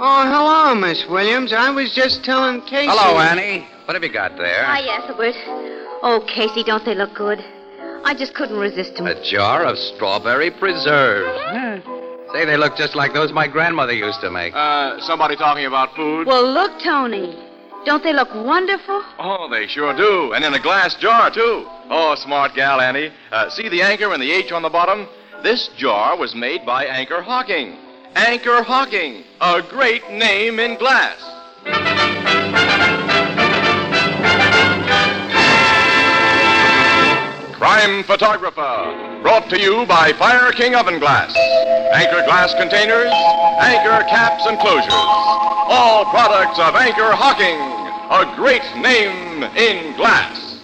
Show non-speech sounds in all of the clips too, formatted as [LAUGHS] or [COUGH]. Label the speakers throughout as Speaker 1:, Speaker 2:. Speaker 1: Oh, hello, Miss Williams. I was just telling Casey.
Speaker 2: Hello, Oh, Annie. What have you got there?
Speaker 3: Ah, yes, Edward. Oh, Casey, don't they look good? I just couldn't resist them.
Speaker 2: A jar of strawberry preserve. Say, they look just like those my grandmother used to make.
Speaker 4: Uh, somebody talking about food?
Speaker 3: Well, look, Tony. Don't they look wonderful?
Speaker 4: Oh, they sure do. And in a glass jar, too. Oh, smart gal, Annie. Uh, see the anchor and the H on the bottom? This jar was made by Anchor Hawking. Anchor Hawking, a great name in glass. Crime Photographer, brought to you by Fire King Oven Glass. Anchor glass containers, anchor caps and closures. All products of Anchor Hawking, a great name in glass.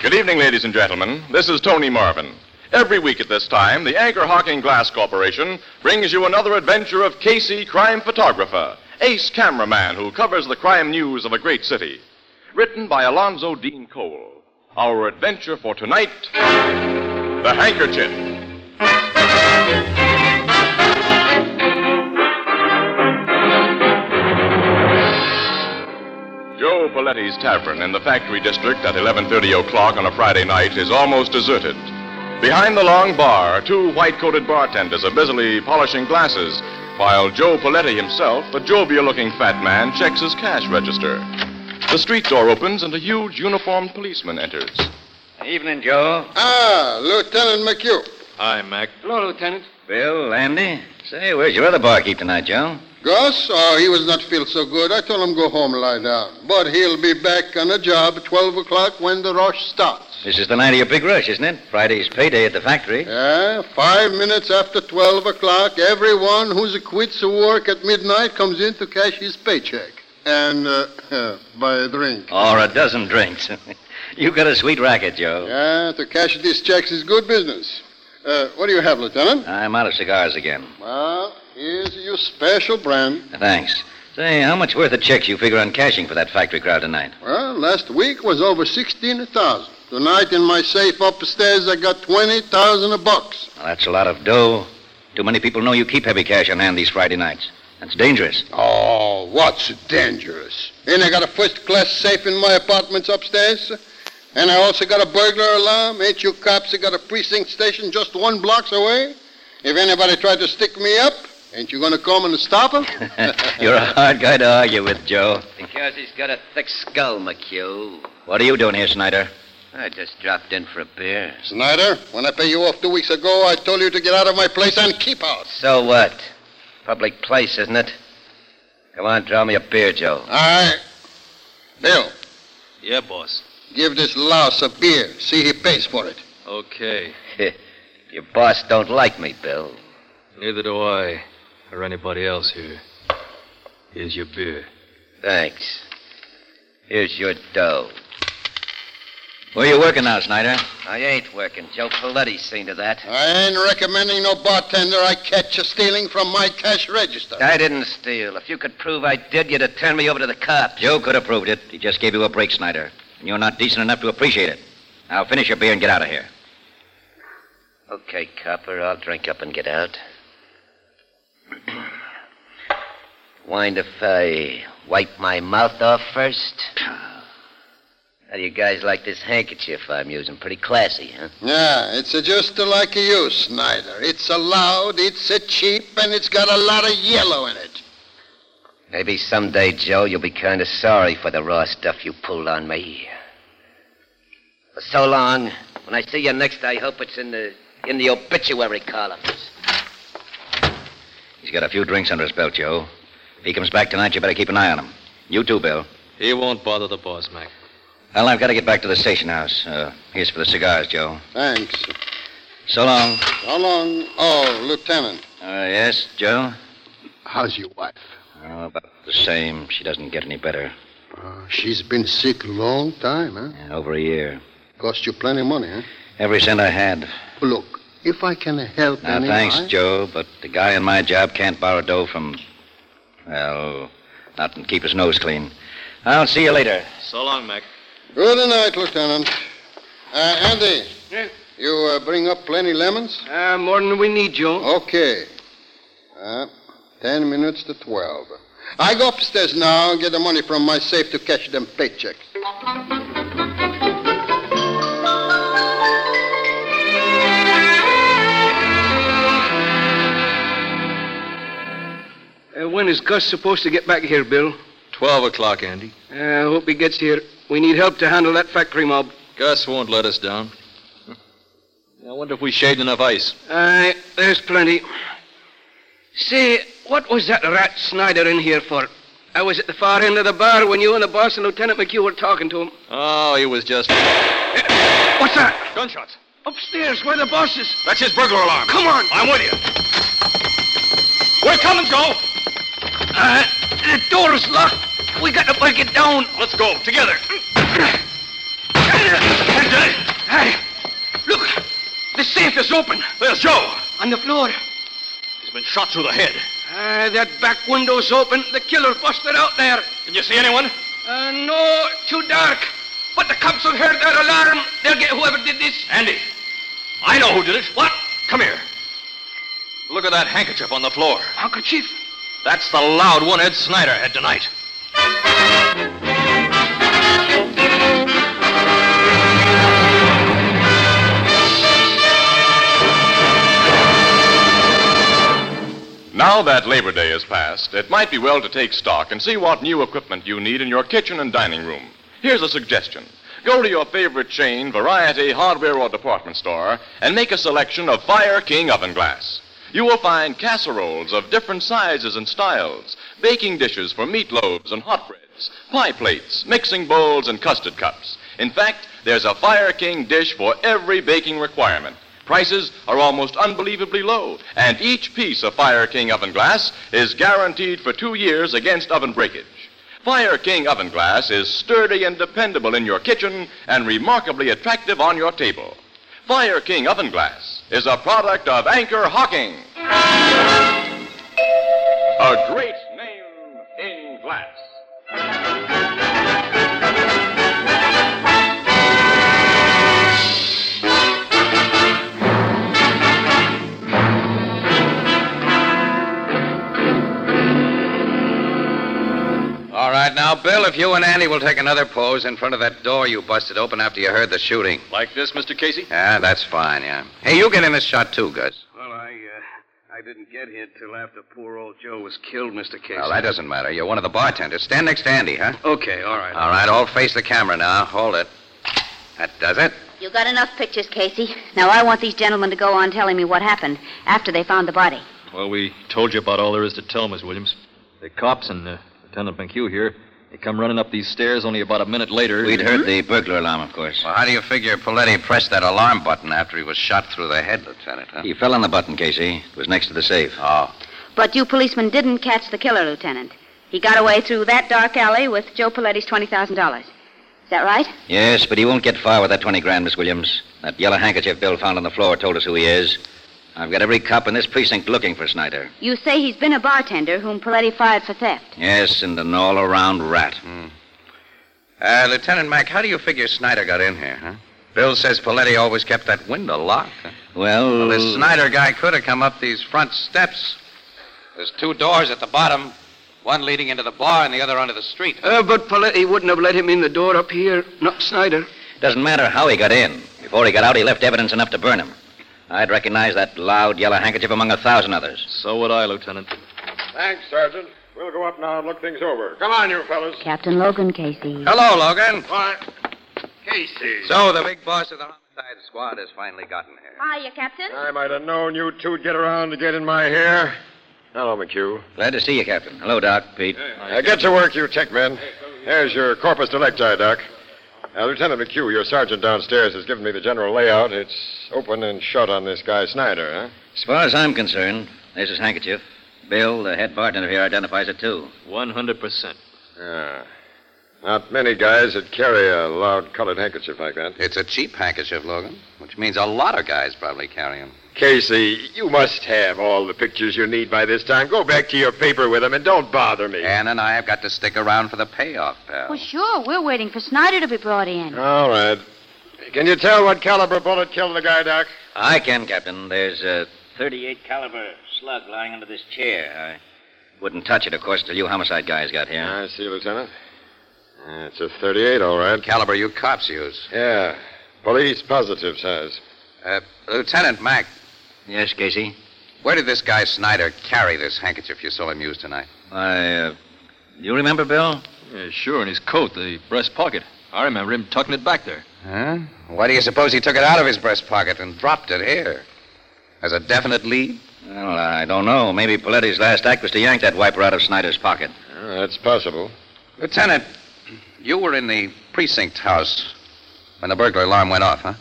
Speaker 4: Good evening, ladies and gentlemen. This is Tony Marvin. Every week at this time, the Anchor Hawking Glass Corporation brings you another adventure of Casey, crime photographer, ace cameraman who covers the crime news of a great city. Written by Alonzo Dean Cole. Our adventure for tonight The Handkerchief. Joe Paletti's tavern in the factory district at 11:30 o'clock on a Friday night is almost deserted. Behind the long bar, two white-coated bartenders are busily polishing glasses, while Joe Paletti himself, a jovial-looking fat man, checks his cash register. The street door opens and a huge uniformed policeman enters.
Speaker 2: Evening, Joe.
Speaker 5: Ah, Lieutenant McHugh.
Speaker 4: Hi, Mac.
Speaker 1: Hello, Lieutenant.
Speaker 2: Bill, Andy. Say, where's your other barkeep tonight, Joe?
Speaker 5: Gus, oh, he was not feel so good. I told him go home, lie down. But he'll be back on the job at 12 o'clock when the rush starts.
Speaker 2: This is the night of your big rush, isn't it? Friday's payday at the factory.
Speaker 5: Yeah, five minutes after 12 o'clock, everyone who's quits work at midnight comes in to cash his paycheck. And uh, buy a drink.
Speaker 2: Or a dozen drinks. [LAUGHS] you got a sweet racket, Joe.
Speaker 5: Yeah, to cash these checks is good business. Uh, what do you have, Lieutenant?
Speaker 2: I'm out of cigars again.
Speaker 5: Well, here's your special brand.
Speaker 2: Thanks. Say, how much worth of checks you figure on cashing for that factory crowd tonight?
Speaker 5: Well, last week was over 16,000. Tonight in my safe upstairs, I got 20,000 a bucks.
Speaker 2: Well, that's a lot of dough. Too many people know you keep heavy cash on hand these Friday nights. That's dangerous. [LAUGHS]
Speaker 5: Oh, what's dangerous? And I got a first class safe in my apartments upstairs. And I also got a burglar alarm. Ain't you cops that got a precinct station just one blocks away? If anybody tried to stick me up, ain't you gonna come and stop 'em?
Speaker 2: You're a hard guy to argue with, Joe.
Speaker 6: [LAUGHS] Because he's got a thick skull, McHugh.
Speaker 2: What are you doing here, Snyder?
Speaker 6: I just dropped in for a beer.
Speaker 5: Snyder, when I paid you off two weeks ago, I told you to get out of my place and keep out.
Speaker 6: So what? Public place, isn't it? Come on, draw me a beer, Joe.
Speaker 5: I. Bill,
Speaker 7: Yeah, boss.
Speaker 5: give this louse a beer. See he pays for it.
Speaker 7: Okay.
Speaker 6: [LAUGHS] Your boss don't like me, Bill.
Speaker 7: Neither do I or anybody else here. Here's your beer.
Speaker 6: Thanks. Here's your dough.
Speaker 2: Where you working now, Snyder?
Speaker 6: I ain't working. Joe Paletti's seen to that.
Speaker 5: I ain't recommending no bartender I catch you stealing from my cash register.
Speaker 6: I didn't steal. If you could prove I did, you'd have turned me over to the cops.
Speaker 2: Joe could have proved it. He just gave you a break, Snyder. And you're not decent enough to appreciate it. Now finish your beer and get out of here.
Speaker 6: Okay, copper. I'll drink up and get out. [CLEARS THROAT] Mind if I wipe my mouth off first? How do you guys like this handkerchief I'm using? Pretty classy, huh?
Speaker 5: Yeah, it's a just like you, Snyder. It's a loud, it's a cheap, and it's got a lot of yellow in it.
Speaker 6: Maybe someday, Joe, you'll be kind of sorry for the raw stuff you pulled on me. For so long. When I see you next, I hope it's in the in the obituary columns.
Speaker 2: He's got a few drinks under his belt, Joe. If he comes back tonight, you better keep an eye on him. You too, Bill.
Speaker 7: He won't bother the boss, Mac.
Speaker 2: Well, I've got to get back to the station house. Uh, here's for the cigars, Joe.
Speaker 5: Thanks.
Speaker 2: So long.
Speaker 5: How long? Oh, Lieutenant.
Speaker 2: Uh, yes, Joe?
Speaker 5: How's your wife?
Speaker 2: Oh, about the same. She doesn't get any better.
Speaker 5: Uh, she's been sick a long time, huh?
Speaker 2: Yeah, over a year.
Speaker 5: Cost you plenty of money, huh?
Speaker 2: Every cent I had.
Speaker 5: Look, if I can help
Speaker 6: Ah,
Speaker 2: Now,
Speaker 5: any
Speaker 2: thanks,
Speaker 5: I-
Speaker 2: Joe, but the guy in my job can't borrow dough from, well, not and keep his nose clean. I'll see you later.
Speaker 7: So long, Mac.
Speaker 5: Good night, Lieutenant. Uh, Andy.
Speaker 8: Yeah?
Speaker 5: You uh, bring up plenty lemons?
Speaker 8: Uh, more than we need, Joe.
Speaker 5: Okay. Uh, ten minutes to twelve. I go upstairs now and get the money from my safe to cash them paychecks.
Speaker 8: Uh, when is Gus supposed to get back here, Bill? Uh,
Speaker 7: Twelve o'clock, Andy.
Speaker 8: I hope he gets here. We need help to handle that factory mob.
Speaker 7: Gus won't let us down. [LAUGHS] I wonder if we shaved enough ice.
Speaker 8: Aye, there's plenty. Say, what was that rat Snyder in here for? I was at the far end of the bar when you and the boss and Lieutenant McHugh were talking to him.
Speaker 7: Oh, he was just.
Speaker 8: What's that?
Speaker 9: Gunshots.
Speaker 8: Upstairs, where the boss is.
Speaker 9: That's his burglar alarm.
Speaker 8: Come on.
Speaker 9: I'm with you. We're coming, Joe.
Speaker 8: Uh, the door's locked. We got to break it down.
Speaker 9: Let's go together.
Speaker 8: Hey, look. The safe is open.
Speaker 9: There's Joe.
Speaker 8: On the floor.
Speaker 9: He's been shot through the head.
Speaker 8: Uh, that back window's open. The killer busted out there.
Speaker 9: Can you see anyone?
Speaker 8: Uh, no, too dark. But the cops have heard that alarm. They'll get whoever did this.
Speaker 9: Andy, I know who did it.
Speaker 8: What?
Speaker 9: Come here. Look at that handkerchief on the floor.
Speaker 8: Handkerchief?
Speaker 9: That's the loud one Ed Snyder had tonight.
Speaker 4: Now that Labor Day is past, it might be well to take stock and see what new equipment you need in your kitchen and dining room. Here's a suggestion. Go to your favorite chain, variety, hardware, or department store and make a selection of Fire King oven glass. You will find casseroles of different sizes and styles, baking dishes for meatloaves and hot breads, pie plates, mixing bowls, and custard cups. In fact, there's a Fire King dish for every baking requirement. Prices are almost unbelievably low, and each piece of Fire King oven glass is guaranteed for two years against oven breakage. Fire King oven glass is sturdy and dependable in your kitchen and remarkably attractive on your table. Fire King oven glass is a product of Anchor Hawking, a great name in glass.
Speaker 2: All right, now, Bill, if you and Andy will take another pose in front of that door you busted open after you heard the shooting.
Speaker 9: Like this, Mr. Casey?
Speaker 2: Yeah, that's fine, yeah. Hey, you get in this shot, too, Gus.
Speaker 8: Well, I, uh, I didn't get here till after poor old Joe was killed, Mr. Casey.
Speaker 2: Well, that doesn't matter. You're one of the bartenders. Stand next to Andy, huh?
Speaker 8: Okay, all right.
Speaker 2: All right, all face the camera now. Hold it. That does it.
Speaker 3: You got enough pictures, Casey. Now I want these gentlemen to go on telling me what happened after they found the body.
Speaker 7: Well, we told you about all there is to tell, Miss Williams. The cops and uh, Lieutenant McHugh here, they come running up these stairs only about a minute later.
Speaker 2: We'd heard the burglar alarm, of course.
Speaker 10: Well, how do you figure Paletti pressed that alarm button after he was shot through the head, Lieutenant, huh?
Speaker 2: He fell on the button, Casey. It was next to the safe.
Speaker 10: Oh.
Speaker 3: But you policemen didn't catch the killer, Lieutenant. He got away through that dark alley with Joe Paletti's $20,000. Is that right?
Speaker 2: Yes, but he won't get far with that 20 grand, Miss Williams. That yellow handkerchief Bill found on the floor told us who he is. I've got every cop in this precinct looking for Snyder.
Speaker 3: You say he's been a bartender whom Paletti fired for theft.
Speaker 2: Yes, and an all around rat.
Speaker 10: Hmm. Uh, Lieutenant Mack, how do you figure Snyder got in here, huh? Bill says Paletti always kept that window locked. Huh?
Speaker 2: Well,
Speaker 10: Well, this Snyder guy could have come up these front steps. There's two doors at the bottom, one leading into the bar and the other onto the street.
Speaker 8: Uh, but Paletti wouldn't have let him in the door up here, not Snyder.
Speaker 2: Doesn't matter how he got in. Before he got out, he left evidence enough to burn him. I'd recognize that loud yellow handkerchief among a thousand others.
Speaker 7: So would I, Lieutenant.
Speaker 11: Thanks, Sergeant. We'll go up now and look things over. Come on, you fellas.
Speaker 3: Captain Logan, Casey.
Speaker 10: Hello, Logan.
Speaker 11: Why, Casey.
Speaker 10: So the big boss of the homicide squad has finally gotten here.
Speaker 3: Hiya, Captain.
Speaker 11: I might have known you two'd get around to get in my hair. Hello, McHugh.
Speaker 2: Glad to see you, Captain. Hello, Doc, Pete.
Speaker 11: Uh, get to work, you tech men. There's your corpus delicti, Doc. Now, Lieutenant McHugh, your sergeant downstairs has given me the general layout. It's open and shut on this guy Snyder,
Speaker 2: As far as I'm concerned, there's his handkerchief. Bill, the head bartender here, identifies it too.
Speaker 7: 100%.
Speaker 11: huh? Yeah. Ah, Not many guys that carry a loud colored handkerchief like that.
Speaker 10: It's a cheap handkerchief, Logan, which means a lot of guys probably carry them.
Speaker 11: Casey, you must have all the pictures you need by this time. Go back to your paper with them and don't bother me.
Speaker 10: Ann and I have got to stick around for the payoff, pal.
Speaker 3: Well, sure. We're waiting for Snyder to be brought in.
Speaker 11: All right. Can you tell what caliber bullet killed the guy, Doc?
Speaker 2: I can, Captain. There's a 38 caliber slug lying under this chair. I wouldn't touch it, of course, till you homicide guys got here.
Speaker 11: I see, Lieutenant. Yeah, It's a 38, all right.
Speaker 10: Caliber you cops use.
Speaker 11: Yeah. Police positive size.
Speaker 10: Uh, Lieutenant Mack.
Speaker 2: Yes, Casey?
Speaker 10: Where did this guy Snyder carry this handkerchief you saw him use tonight?
Speaker 2: I, uh, you remember, Bill?
Speaker 7: Yeah, sure, in his coat, the breast pocket. I remember him tucking it back there.
Speaker 10: Huh? Why do you suppose he took it out of his breast pocket and dropped it here? As a definite lead?
Speaker 2: Well, I don't know. Maybe Paletti's last act was to yank that wiper out of Snyder's pocket.
Speaker 11: Uh, that's possible.
Speaker 10: Lieutenant, you were in the precinct house when the burglar alarm went off, huh?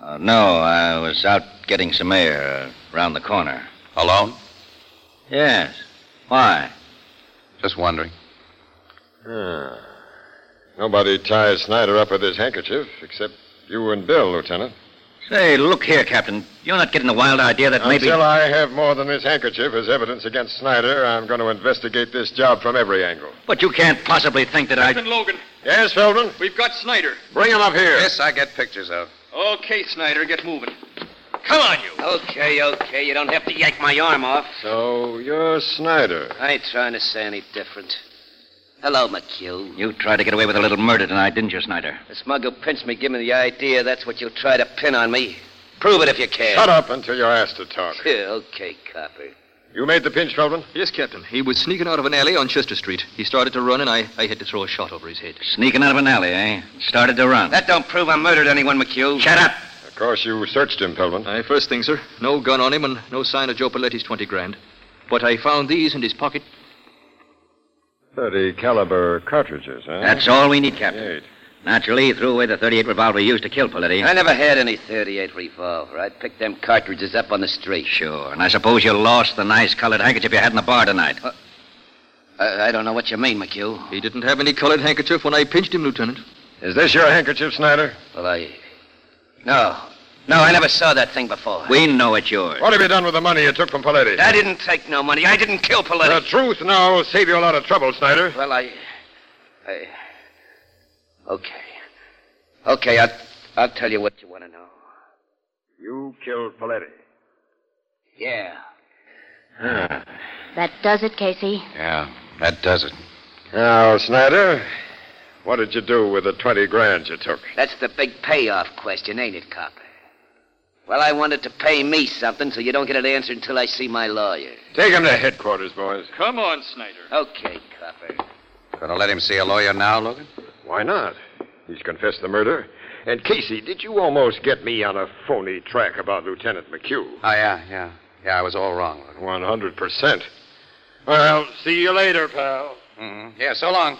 Speaker 2: Uh, no, I was out getting some air uh, around the corner.
Speaker 10: Alone?
Speaker 2: Yes. Why?
Speaker 10: Just wondering.
Speaker 11: Ah. Nobody ties Snyder up with his handkerchief except you and Bill, Lieutenant.
Speaker 2: Say, look here, Captain. You're not getting the wild idea that maybe.
Speaker 11: Until I have more than this handkerchief as evidence against Snyder, I'm going to investigate this job from every angle.
Speaker 2: But you can't possibly think that I.
Speaker 12: Captain Logan,
Speaker 11: Yes, Feldman?
Speaker 12: we've got Snyder.
Speaker 11: Bring him up here.
Speaker 10: This I get pictures of.
Speaker 12: Okay, Snyder, get moving. Come on, you.
Speaker 6: Okay, okay. You don't have to yank my arm off.
Speaker 11: So you're Snyder.
Speaker 6: I ain't trying to say any different. Hello, McHugh.
Speaker 2: You tried to get away with a little murder tonight, didn't you, Snyder?
Speaker 6: The smug who pinched me gave me the idea that's what you'll try to pin on me. Prove it if you can.
Speaker 11: Shut up until you're asked to talk.
Speaker 6: Yeah, okay, copper.
Speaker 11: You made the pinch, Feldman?
Speaker 7: Yes, Captain. He was sneaking out of an alley on Chester Street. He started to run, and I, I had to throw a shot over his head.
Speaker 2: Sneaking out of an alley, eh? Started to run.
Speaker 6: That don't prove I murdered anyone, McHugh.
Speaker 2: Shut up!
Speaker 11: Of course, you searched him, Feldman.
Speaker 7: I first thing, sir. No gun on him, and no sign of Joe Paletti's 20 grand. But I found these in his pocket.
Speaker 11: 30 caliber cartridges, huh?
Speaker 2: That's all we need, Captain.
Speaker 11: Eight.
Speaker 2: Naturally, he threw away the 38 revolver he used to kill Paletti.
Speaker 6: I never had any 38 revolver. I picked them cartridges up on the street.
Speaker 2: Sure, and I suppose you lost the nice colored handkerchief you had in the bar tonight.
Speaker 10: Uh,
Speaker 6: I, I don't know what you mean, McHugh.
Speaker 7: He didn't have any colored handkerchief when I pinched him, Lieutenant.
Speaker 11: Is this your handkerchief, Snyder?
Speaker 6: Well, I. No. No, I never saw that thing before.
Speaker 2: we know it's yours.
Speaker 11: What have you done with the money you took from Paletti?
Speaker 6: I didn't take no money. I didn't kill
Speaker 11: The
Speaker 6: Paletti.
Speaker 11: truth now will save you a lot of trouble, Snyder.
Speaker 6: Well, I. I. Okay. Okay, I'll, I'll tell you what you want to know.
Speaker 11: You killed Paletti.
Speaker 6: Yeah.
Speaker 3: That does it, Casey.
Speaker 10: Yeah, that does it.
Speaker 11: Now, Snyder, what did you do with the 20 grand you took?
Speaker 6: That's the big payoff question, ain't it, Copper? Well, I wanted to pay me something, so you don't get an answer until I see my lawyer.
Speaker 11: Take him to headquarters, boys.
Speaker 12: Come on, Snyder.
Speaker 6: Okay, Copper.
Speaker 10: Gonna let him see a lawyer now, Logan?
Speaker 11: Why not? He's confessed the murder. And, Casey, did you almost get me on a phony track about Lieutenant McHugh?
Speaker 10: Oh, yeah, yeah. Yeah, I was all wrong, Logan.
Speaker 11: 100%. Well, see you later, pal.
Speaker 10: Mm-hmm. Yeah, so long.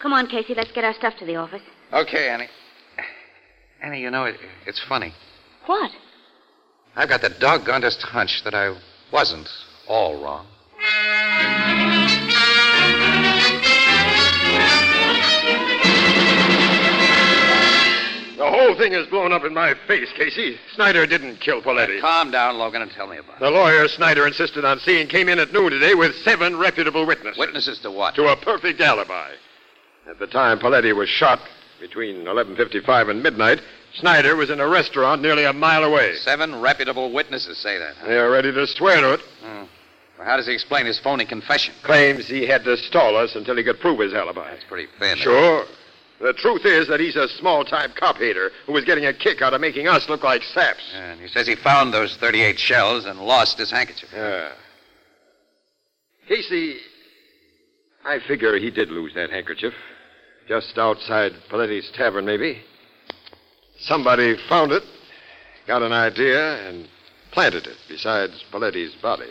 Speaker 3: Come on, Casey. Let's get our stuff to the office.
Speaker 10: Okay, Annie. Annie, you know, it, it's funny.
Speaker 3: What?
Speaker 10: I've got the doggonest hunch that I wasn't all wrong.
Speaker 11: The whole thing is blown up in my face, Casey. Snyder didn't kill Paletti.
Speaker 10: Calm down, Logan, and tell me about
Speaker 11: The lawyer Snyder insisted on seeing came in at noon today with seven reputable
Speaker 10: it.
Speaker 11: witnesses.
Speaker 10: Witnesses to what?
Speaker 11: To a perfect alibi. At the time Paletti was shot, between 11.55 and midnight, Snyder was in a restaurant nearly a mile away.
Speaker 10: Seven reputable witnesses say that. Huh?
Speaker 11: They are ready to swear to it.
Speaker 10: Hmm. Well, how does he explain his phony confession?
Speaker 11: Claims he had to stall us until he could prove his alibi.
Speaker 10: That's pretty thin.
Speaker 11: Sure. The truth is that he's a small-time cop hater who was getting a kick out of making us look like saps.
Speaker 10: Yeah, and he says he found those 38 shells and lost his handkerchief.
Speaker 11: Yeah. Casey, I figure he did lose that handkerchief. Just outside Paletti's tavern, maybe. Somebody found it, got an idea, and planted it beside Paletti's body.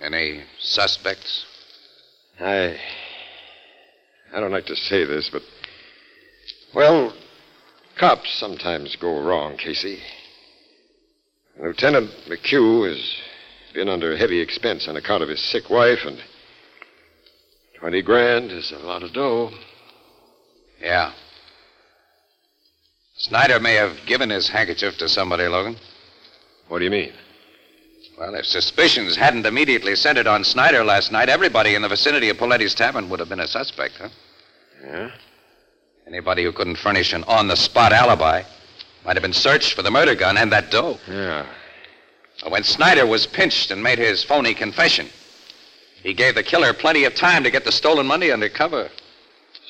Speaker 10: Any suspects?
Speaker 11: I. I don't like to say this, but. Well, cops sometimes go wrong, Casey. Lieutenant McHugh has been under heavy expense on account of his sick wife, and 20 grand is a lot of dough.
Speaker 10: Yeah. Snyder may have given his handkerchief to somebody, Logan.
Speaker 11: What do you mean?
Speaker 10: Well, if suspicions hadn't immediately centered on Snyder last night, everybody in the vicinity of Paletti's Tavern would have been a suspect, huh?
Speaker 11: Yeah?
Speaker 10: Anybody who couldn't furnish an on the spot alibi might have been searched for the murder gun and that dough.
Speaker 11: Yeah.
Speaker 10: When Snyder was pinched and made his phony confession, he gave the killer plenty of time to get the stolen money under cover.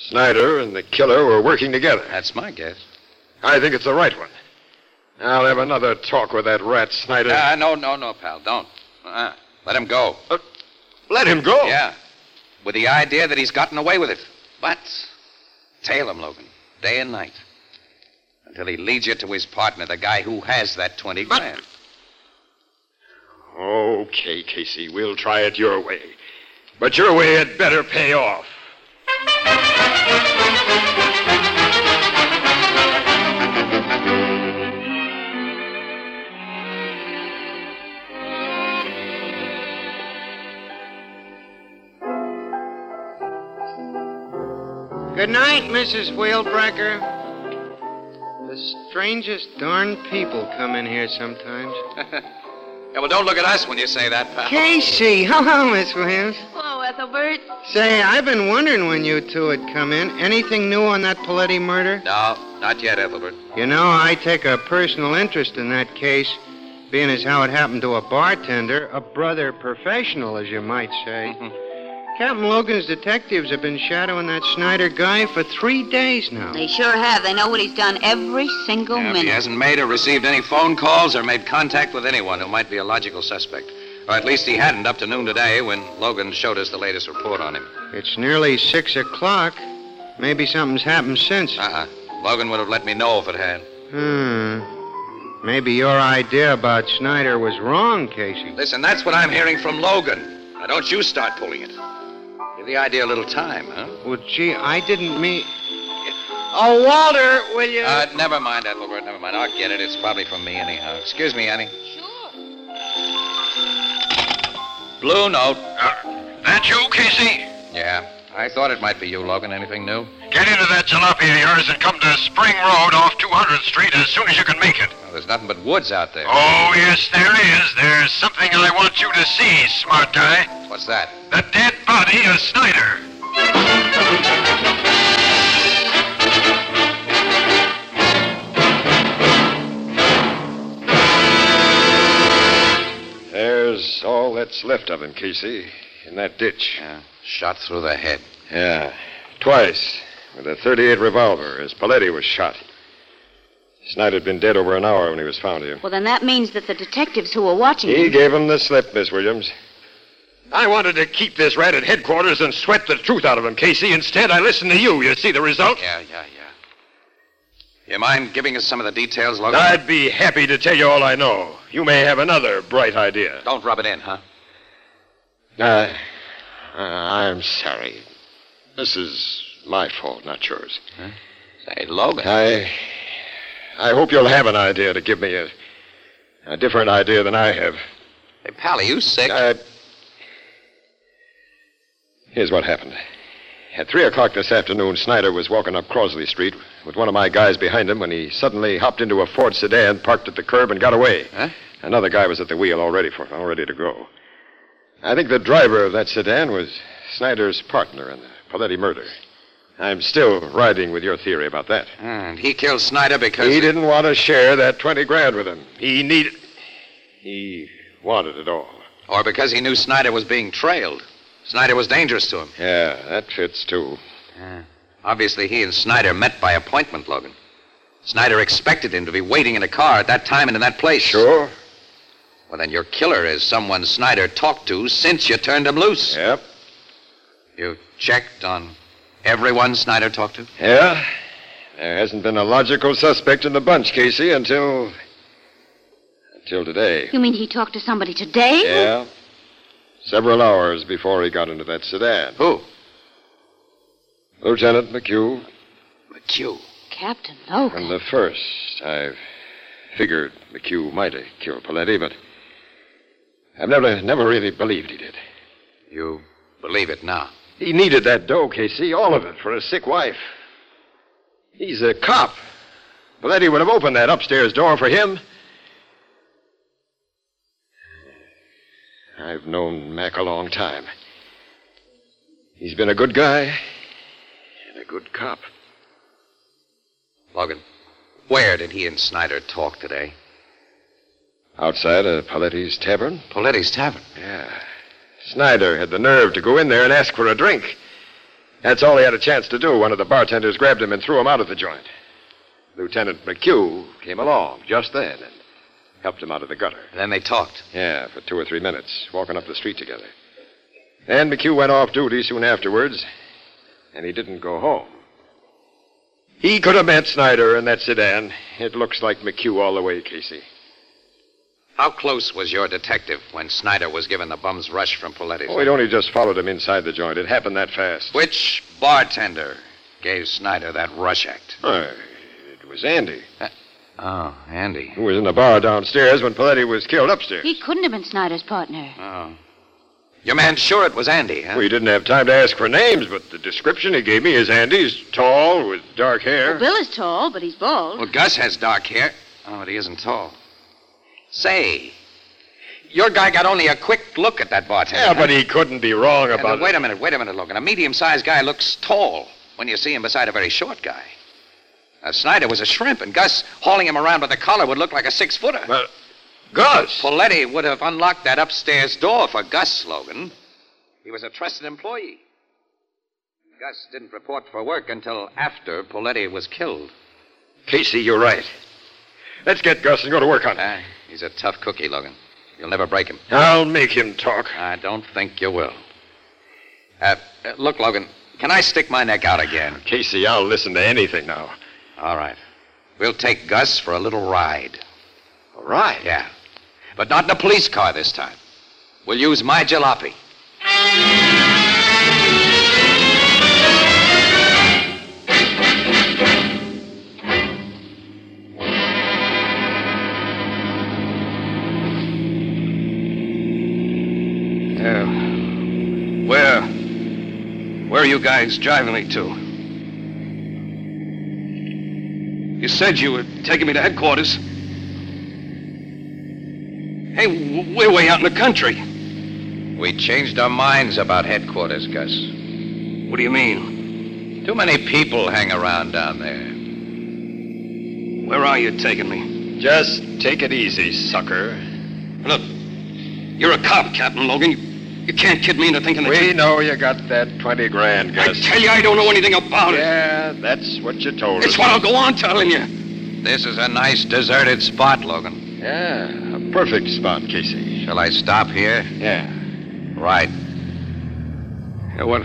Speaker 11: Snyder and the killer were working together.
Speaker 10: That's my guess.
Speaker 11: I think it's the right one. I'll have another talk with that rat Snyder.
Speaker 10: Ah, no, no, no, pal, don't. Uh-uh. Let him go.
Speaker 11: Uh, let him go?
Speaker 10: Yeah. With the idea that he's gotten away with it. But tail him, Logan, day and night. Until he leads you to his partner, the guy who has that
Speaker 11: [LAUGHS]
Speaker 10: 20 grand.
Speaker 11: Okay, Casey, we'll try it your way. But your way had better pay off.
Speaker 1: Good night, Mrs. Wheelbreaker. The strangest darn people come in here sometimes.
Speaker 10: Yeah, well, don't look at us when you say that, pal.
Speaker 1: Casey, [LAUGHS] hello, Miss Williams.
Speaker 8: Hello, Ethelbert.
Speaker 1: Say, I've been wondering when you two would come in. Anything new on that Paletti murder?
Speaker 10: No, not yet, Ethelbert.
Speaker 1: You know, I take a personal interest in that case, being as how it happened to a bartender, a brother professional, as you might
Speaker 3: [LAUGHS]
Speaker 1: say. Captain Logan's detectives have been shadowing that Snyder guy for three days now.
Speaker 3: They sure have. They know what he's done every single
Speaker 10: Yeah, if he
Speaker 3: minute.
Speaker 10: hasn't made or received any phone calls or made contact with anyone who might be a logical suspect. Or at least he hadn't up to noon today when Logan showed us the latest report on him.
Speaker 1: It's nearly six o'clock. Maybe something's happened since.
Speaker 3: Uh-huh.
Speaker 10: Uh huh. Logan would have let me know if it had.
Speaker 1: Hmm. Maybe your idea about Snyder was wrong, Casey.
Speaker 10: Listen, that's what I'm hearing from Logan. Now, don't you start pulling it. Give the idea a little time, huh?
Speaker 1: Well, gee, I didn't mean. Oh, Walter, will you?
Speaker 10: Uh, never mind, Ethelbert. Never mind. I'll get it. It's probably from me anyhow. Excuse me, Annie. Blue note.
Speaker 12: Uh, That you, Casey?
Speaker 10: Yeah. I thought it might be you, Logan. Anything new?
Speaker 12: Get into that jalopy of yours and come to Spring Road off 200th Street as soon as you can make it.
Speaker 10: Well, there's nothing but woods out there.
Speaker 12: Oh, yes, there is. There's something I want you to see, smart guy.
Speaker 10: What's that?
Speaker 12: The dead body of Snyder.
Speaker 11: There's all that's left of him, Casey, in that ditch.
Speaker 10: Yeah, shot through the head.
Speaker 11: Yeah, twice with a 38 revolver as Paletti was shot. Snyder had been dead over an hour when he was found here.
Speaker 3: Well, then that means that the detectives who were watching
Speaker 11: He
Speaker 3: him-
Speaker 11: gave him the slip, Miss Williams.
Speaker 12: I wanted to keep this rat at headquarters and sweat the truth out of him, Casey. Instead, I listened to you. You see the result?
Speaker 10: Yeah, yeah, yeah. You mind giving us some of the details, Logan?
Speaker 12: I'd be happy to tell you all I know. You may have another bright idea.
Speaker 10: Don't rub it in, huh?
Speaker 11: Uh, uh, I'm sorry. This is my fault, not yours.
Speaker 10: Say, Logan.
Speaker 11: I. I hope you'll have an idea to give me a, a different idea than I have.
Speaker 10: Hey, pal, are you sick?
Speaker 11: I- Here's what happened. At 3 o'clock this afternoon, Snyder was walking up Crosley Street with one of my guys behind him when he suddenly hopped into a Ford sedan, parked at the curb, and got away.
Speaker 10: Huh?
Speaker 11: Another guy was at the wheel, all ready, for, all ready to go. I think the driver of that sedan was Snyder's partner in the Paletti murder. I'm still riding with your theory about that.
Speaker 10: And he killed Snyder because.
Speaker 11: He didn't want to share that 20 grand with him. He needed. He wanted it all.
Speaker 10: Or because he knew Snyder was being trailed. Snyder was dangerous to him.
Speaker 11: Yeah, that fits too.
Speaker 10: Obviously, he and Snyder met by appointment, Logan. Snyder expected him to be waiting in a car at that time and in that place.
Speaker 11: Sure.
Speaker 10: Well, then your killer is someone Snyder talked to since you turned him loose.
Speaker 11: Yep.
Speaker 10: You checked on everyone Snyder talked to?
Speaker 11: Yeah? There hasn't been a logical suspect in the bunch, Casey, until. until today.
Speaker 3: You mean he talked to somebody today?
Speaker 11: Yeah? Several hours before he got into that sedan. Who? Lieutenant McHugh. McHugh?
Speaker 3: Captain Logan.
Speaker 11: From the first, I've figured McHugh might have killed Paletti, but I've never, never really believed he did.
Speaker 10: You believe it now.
Speaker 11: He needed that dough, Casey, all of it, for his sick wife. He's a cop. Paletti would have opened that upstairs door for him. I've known Mac a long time. He's been a good guy and a good cop.
Speaker 10: Logan, where did he and Snyder talk today?
Speaker 11: Outside of Paletti's tavern?
Speaker 10: Paletti's tavern?
Speaker 11: Yeah. Snyder had the nerve to go in there and ask for a drink. That's all he had a chance to do. One of the bartenders grabbed him and threw him out of the joint. Lieutenant McHugh came along just then and helped him out of the gutter.
Speaker 10: Then they talked.
Speaker 11: Yeah, for two or three minutes, walking up the street together. And McHugh went off duty soon afterwards, and he didn't go home. He could have met Snyder in that sedan. It looks like McHugh all the way, Casey.
Speaker 10: How close was your detective when Snyder was given the bum's rush from Paletti's?
Speaker 11: Oh, he'd only just followed him inside the joint. It happened that fast.
Speaker 10: Which bartender gave Snyder that rush act?
Speaker 11: Uh, it was Andy.
Speaker 10: Oh, Andy.
Speaker 11: Who was in the bar downstairs when Paletti was killed upstairs?
Speaker 3: He couldn't have been Snyder's partner.
Speaker 10: Oh. Your man's sure it was Andy, huh?
Speaker 11: We didn't have time to ask for names, but the description he gave me is Andy's tall with dark hair.
Speaker 3: Well, Bill is tall, but he's bald.
Speaker 10: Well, Gus has dark hair. Oh, but he isn't tall. Say, your guy got only a quick look at that bartender.
Speaker 11: Yeah, but he couldn't be wrong
Speaker 10: Yeah,
Speaker 11: about
Speaker 10: but Wait a minute, wait a minute, Logan. A medium sized guy looks tall when you see him beside a very short guy. Now, Snyder was a shrimp, and Gus hauling him around by the collar would look like a six footer.
Speaker 11: But, Gus!
Speaker 10: Paletti would have unlocked that upstairs door for Gus, Logan. He was a trusted employee. Gus didn't report for work until after Paletti was killed.
Speaker 11: Casey, you're right. Let's get Gus and go to work on it.
Speaker 10: Ah, He's a tough cookie, Logan. You'll never break him.
Speaker 11: I'll make him talk.
Speaker 10: I don't think you will. Uh, uh, look, Logan, can I stick my neck out again?
Speaker 11: Casey, I'll listen to anything now.
Speaker 10: All right. We'll take Gus for a little ride.
Speaker 11: A ride?
Speaker 10: Yeah. But not in a police car this time. We'll use my jalopy.
Speaker 8: Yeah. Uh, Where? Where are you guys driving me to? You said you were taking me to headquarters. Hey, w- we're way out in the country.
Speaker 10: We changed our minds about headquarters, Gus.
Speaker 8: What do you mean?
Speaker 10: Too many people hang around down there.
Speaker 8: Where are you taking me?
Speaker 11: Just take it easy, sucker.
Speaker 8: Look, you're a cop, Captain Logan. You, you can't kid me into thinking that
Speaker 11: we
Speaker 8: you...
Speaker 11: know you got that 20 grand, Gus.
Speaker 8: I tell you, I don't know anything about
Speaker 11: Yeah, that's what you told
Speaker 8: it. It's
Speaker 11: us.
Speaker 8: what I'll go on telling you.
Speaker 10: This is a nice deserted spot, Logan.
Speaker 11: Yeah, a perfect spot, Casey.
Speaker 10: Shall I stop here?
Speaker 11: Yeah.
Speaker 10: Right.
Speaker 8: Yeah, what,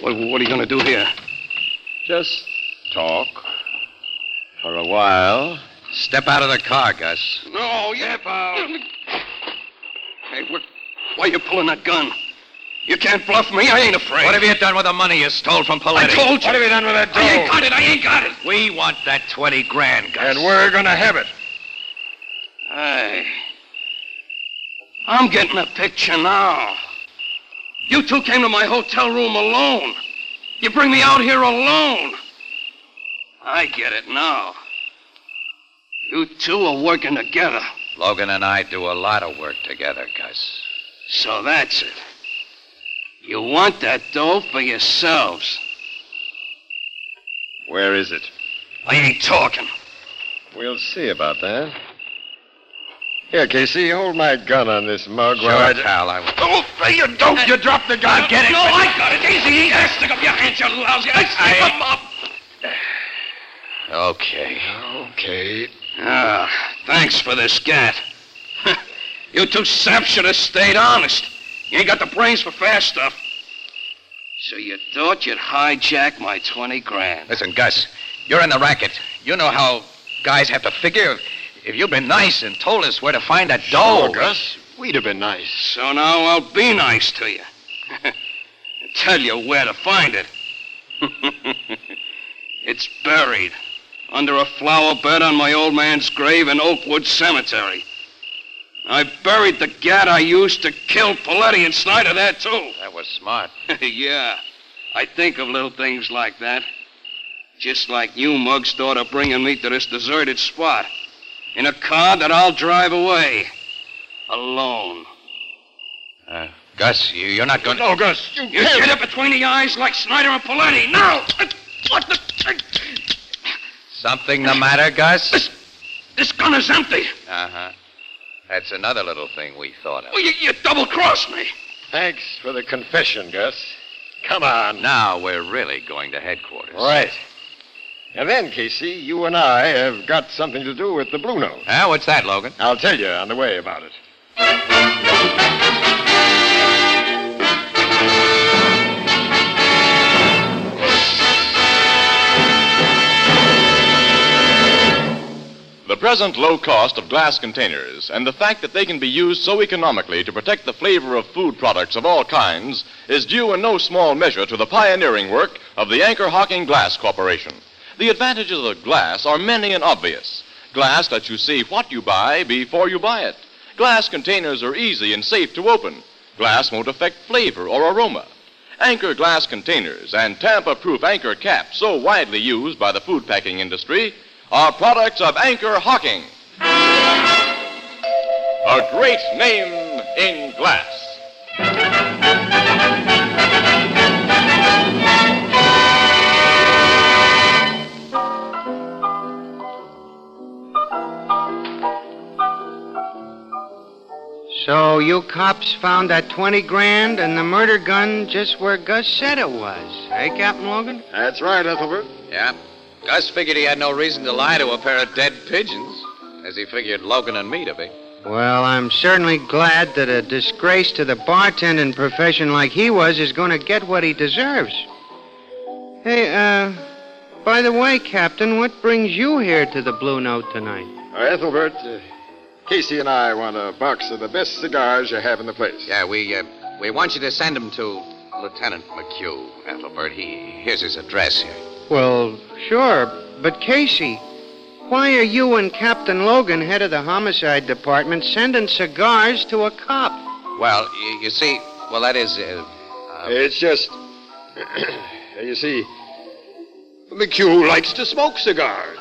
Speaker 8: what, what are you going to do here?
Speaker 11: Just talk for a while.
Speaker 10: Step out of the car, Gus.
Speaker 8: No, yeah, pal. Hey, what, why are you pulling that gun? You can't bluff me. I ain't afraid.
Speaker 2: What have you done with the money you stole from Paletti?
Speaker 8: I told you.
Speaker 11: What have you done with that
Speaker 8: I ain't got it. I ain't got it.
Speaker 2: We want that 20 grand, Gus.
Speaker 11: And we're gonna have it.
Speaker 8: Hey. I'm getting a picture now. You two came to my hotel room alone. You bring me out here alone. I get it now. You two are working together.
Speaker 10: Logan and I do a lot of work together, Gus.
Speaker 8: So that's it. You want that dough for yourselves.
Speaker 11: Where is it?
Speaker 8: I ain't talking.
Speaker 11: We'll see about that. Here, Casey, hold my gun on this mug
Speaker 10: Sure,
Speaker 11: while I...
Speaker 10: pal, I will.
Speaker 11: Oh, you don't. You dropped the gun.
Speaker 8: get it. No, I got it. Easy, easy. Stick up your hands, you lousy. I stick them up.
Speaker 10: Okay.
Speaker 11: Okay.
Speaker 8: Ah, thanks for this gat. [LAUGHS] you two saps should have stayed honest. You ain't got the brains for fast stuff. So you thought you'd hijack my 20 grand.
Speaker 10: Listen, Gus, you're in the racket. You know how guys have to figure. If you'd been nice and told us where to find that dough.
Speaker 11: Gus.
Speaker 12: We'd have been nice.
Speaker 8: So now I'll be nice to you. [LAUGHS] And Tell you where to find it. [LAUGHS] it's buried under a flower bed on my old man's grave in Oakwood Cemetery. I buried the gat I used to kill Paletti and Snyder there, too.
Speaker 10: That was smart.
Speaker 8: [LAUGHS] yeah, I think of little things like that. Just like you, Mug's daughter, bringing me to this deserted spot in a car that I'll drive away alone.
Speaker 10: Uh, Gus, you, you're not going to.
Speaker 8: No, Gus, you, get it between the eyes like Snyder and Paletti. Now! What the?
Speaker 10: Something the matter, Gus?
Speaker 8: This gun is empty.
Speaker 10: Uh huh. That's another little thing we thought of.
Speaker 8: Well, Oh, you, you double crossed me.
Speaker 10: Thanks for the confession, Gus. Come on. Now we're really going to headquarters.
Speaker 11: Right. And then, Casey, you and I have got something to do with the Blue Note.
Speaker 10: Ah, what's that, Logan?
Speaker 11: I'll tell you on the way about it.
Speaker 4: The present low cost of glass containers and the fact that they can be used so economically to protect the flavor of food products of all kinds is due in no small measure to the pioneering work of the Anchor Hocking Glass Corporation. The advantages of glass are many and obvious. Glass lets you see what you buy before you buy it. Glass containers are easy and safe to open. Glass won't affect flavor or aroma. Anchor glass containers and Tampa proof anchor caps, so widely used by the food packing industry, are products of Anchor Hocking. A great name in glass.
Speaker 1: So you cops found that 20 grand and the murder gun just where Gus said it was. Hey, Captain Logan?
Speaker 10: That's right, Ethelbert. Yeah. Gus figured he had no reason to lie to a pair of dead pigeons, as he figured Logan and me to be.
Speaker 1: Well, I'm certainly glad that a disgrace to the bartending profession like he was is going to get what he deserves. Hey, uh, by the way, Captain, what brings you here to the Blue Note tonight?
Speaker 11: Uh, Ethelbert, uh, Casey and I want a box of the best cigars you have in the place.
Speaker 10: Yeah, we uh, we want you to send him to Lieutenant McHugh, Ethelbert. He here's his address here.
Speaker 1: Well, sure, but Casey, why are you and Captain Logan, head of the homicide department, sending cigars to a cop?
Speaker 10: Well, you, you see, well that is. Uh,
Speaker 11: It's just. [CLEARS THROAT] you see, McHugh likes to smoke cigars.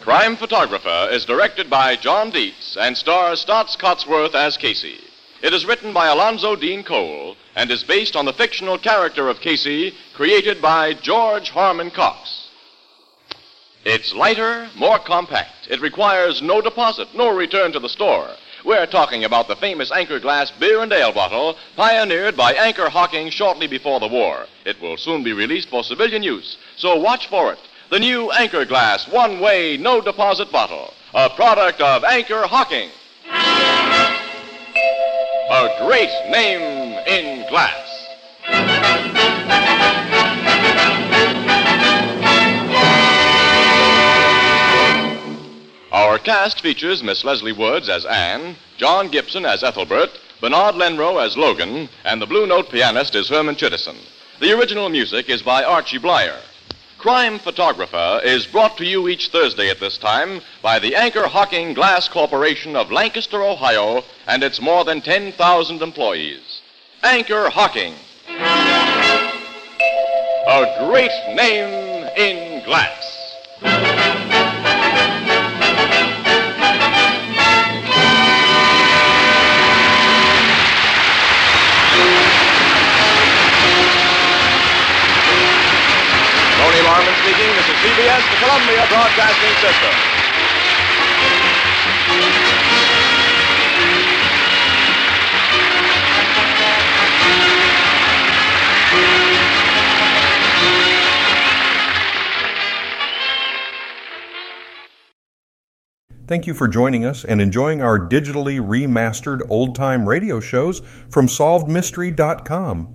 Speaker 4: Crime Photographer is directed by John Dietz and stars Stotts Cotsworth as Casey. It is written by Alonzo Dean Cole and is based on the fictional character of Casey created by George Harmon Cox. It's lighter, more compact. It requires no deposit, no return to the store. We're talking about the famous Anchor Glass beer and ale bottle pioneered by Anchor Hocking shortly before the war. It will soon be released for civilian use, so watch for it. The new Anchor Glass one way, no deposit bottle, a product of Anchor Hocking. A great name in glass. Our cast features Miss Leslie Woods as Anne, John Gibson as Ethelbert, Bernard Lenro as Logan, and the Blue Note pianist is Herman Chittison. The original music is by Archie Blyer. Crime Photographer is brought to you each Thursday at this time by the Anchor Hocking Glass Corporation of Lancaster, Ohio, and its more than 10,000 employees. Anchor Hocking. A great name in glass. Tony Marvin speaking. This is CBS, the Columbia Broadcasting System.
Speaker 13: Thank you for joining us and enjoying our digitally remastered old time radio shows from SolvedMystery.com.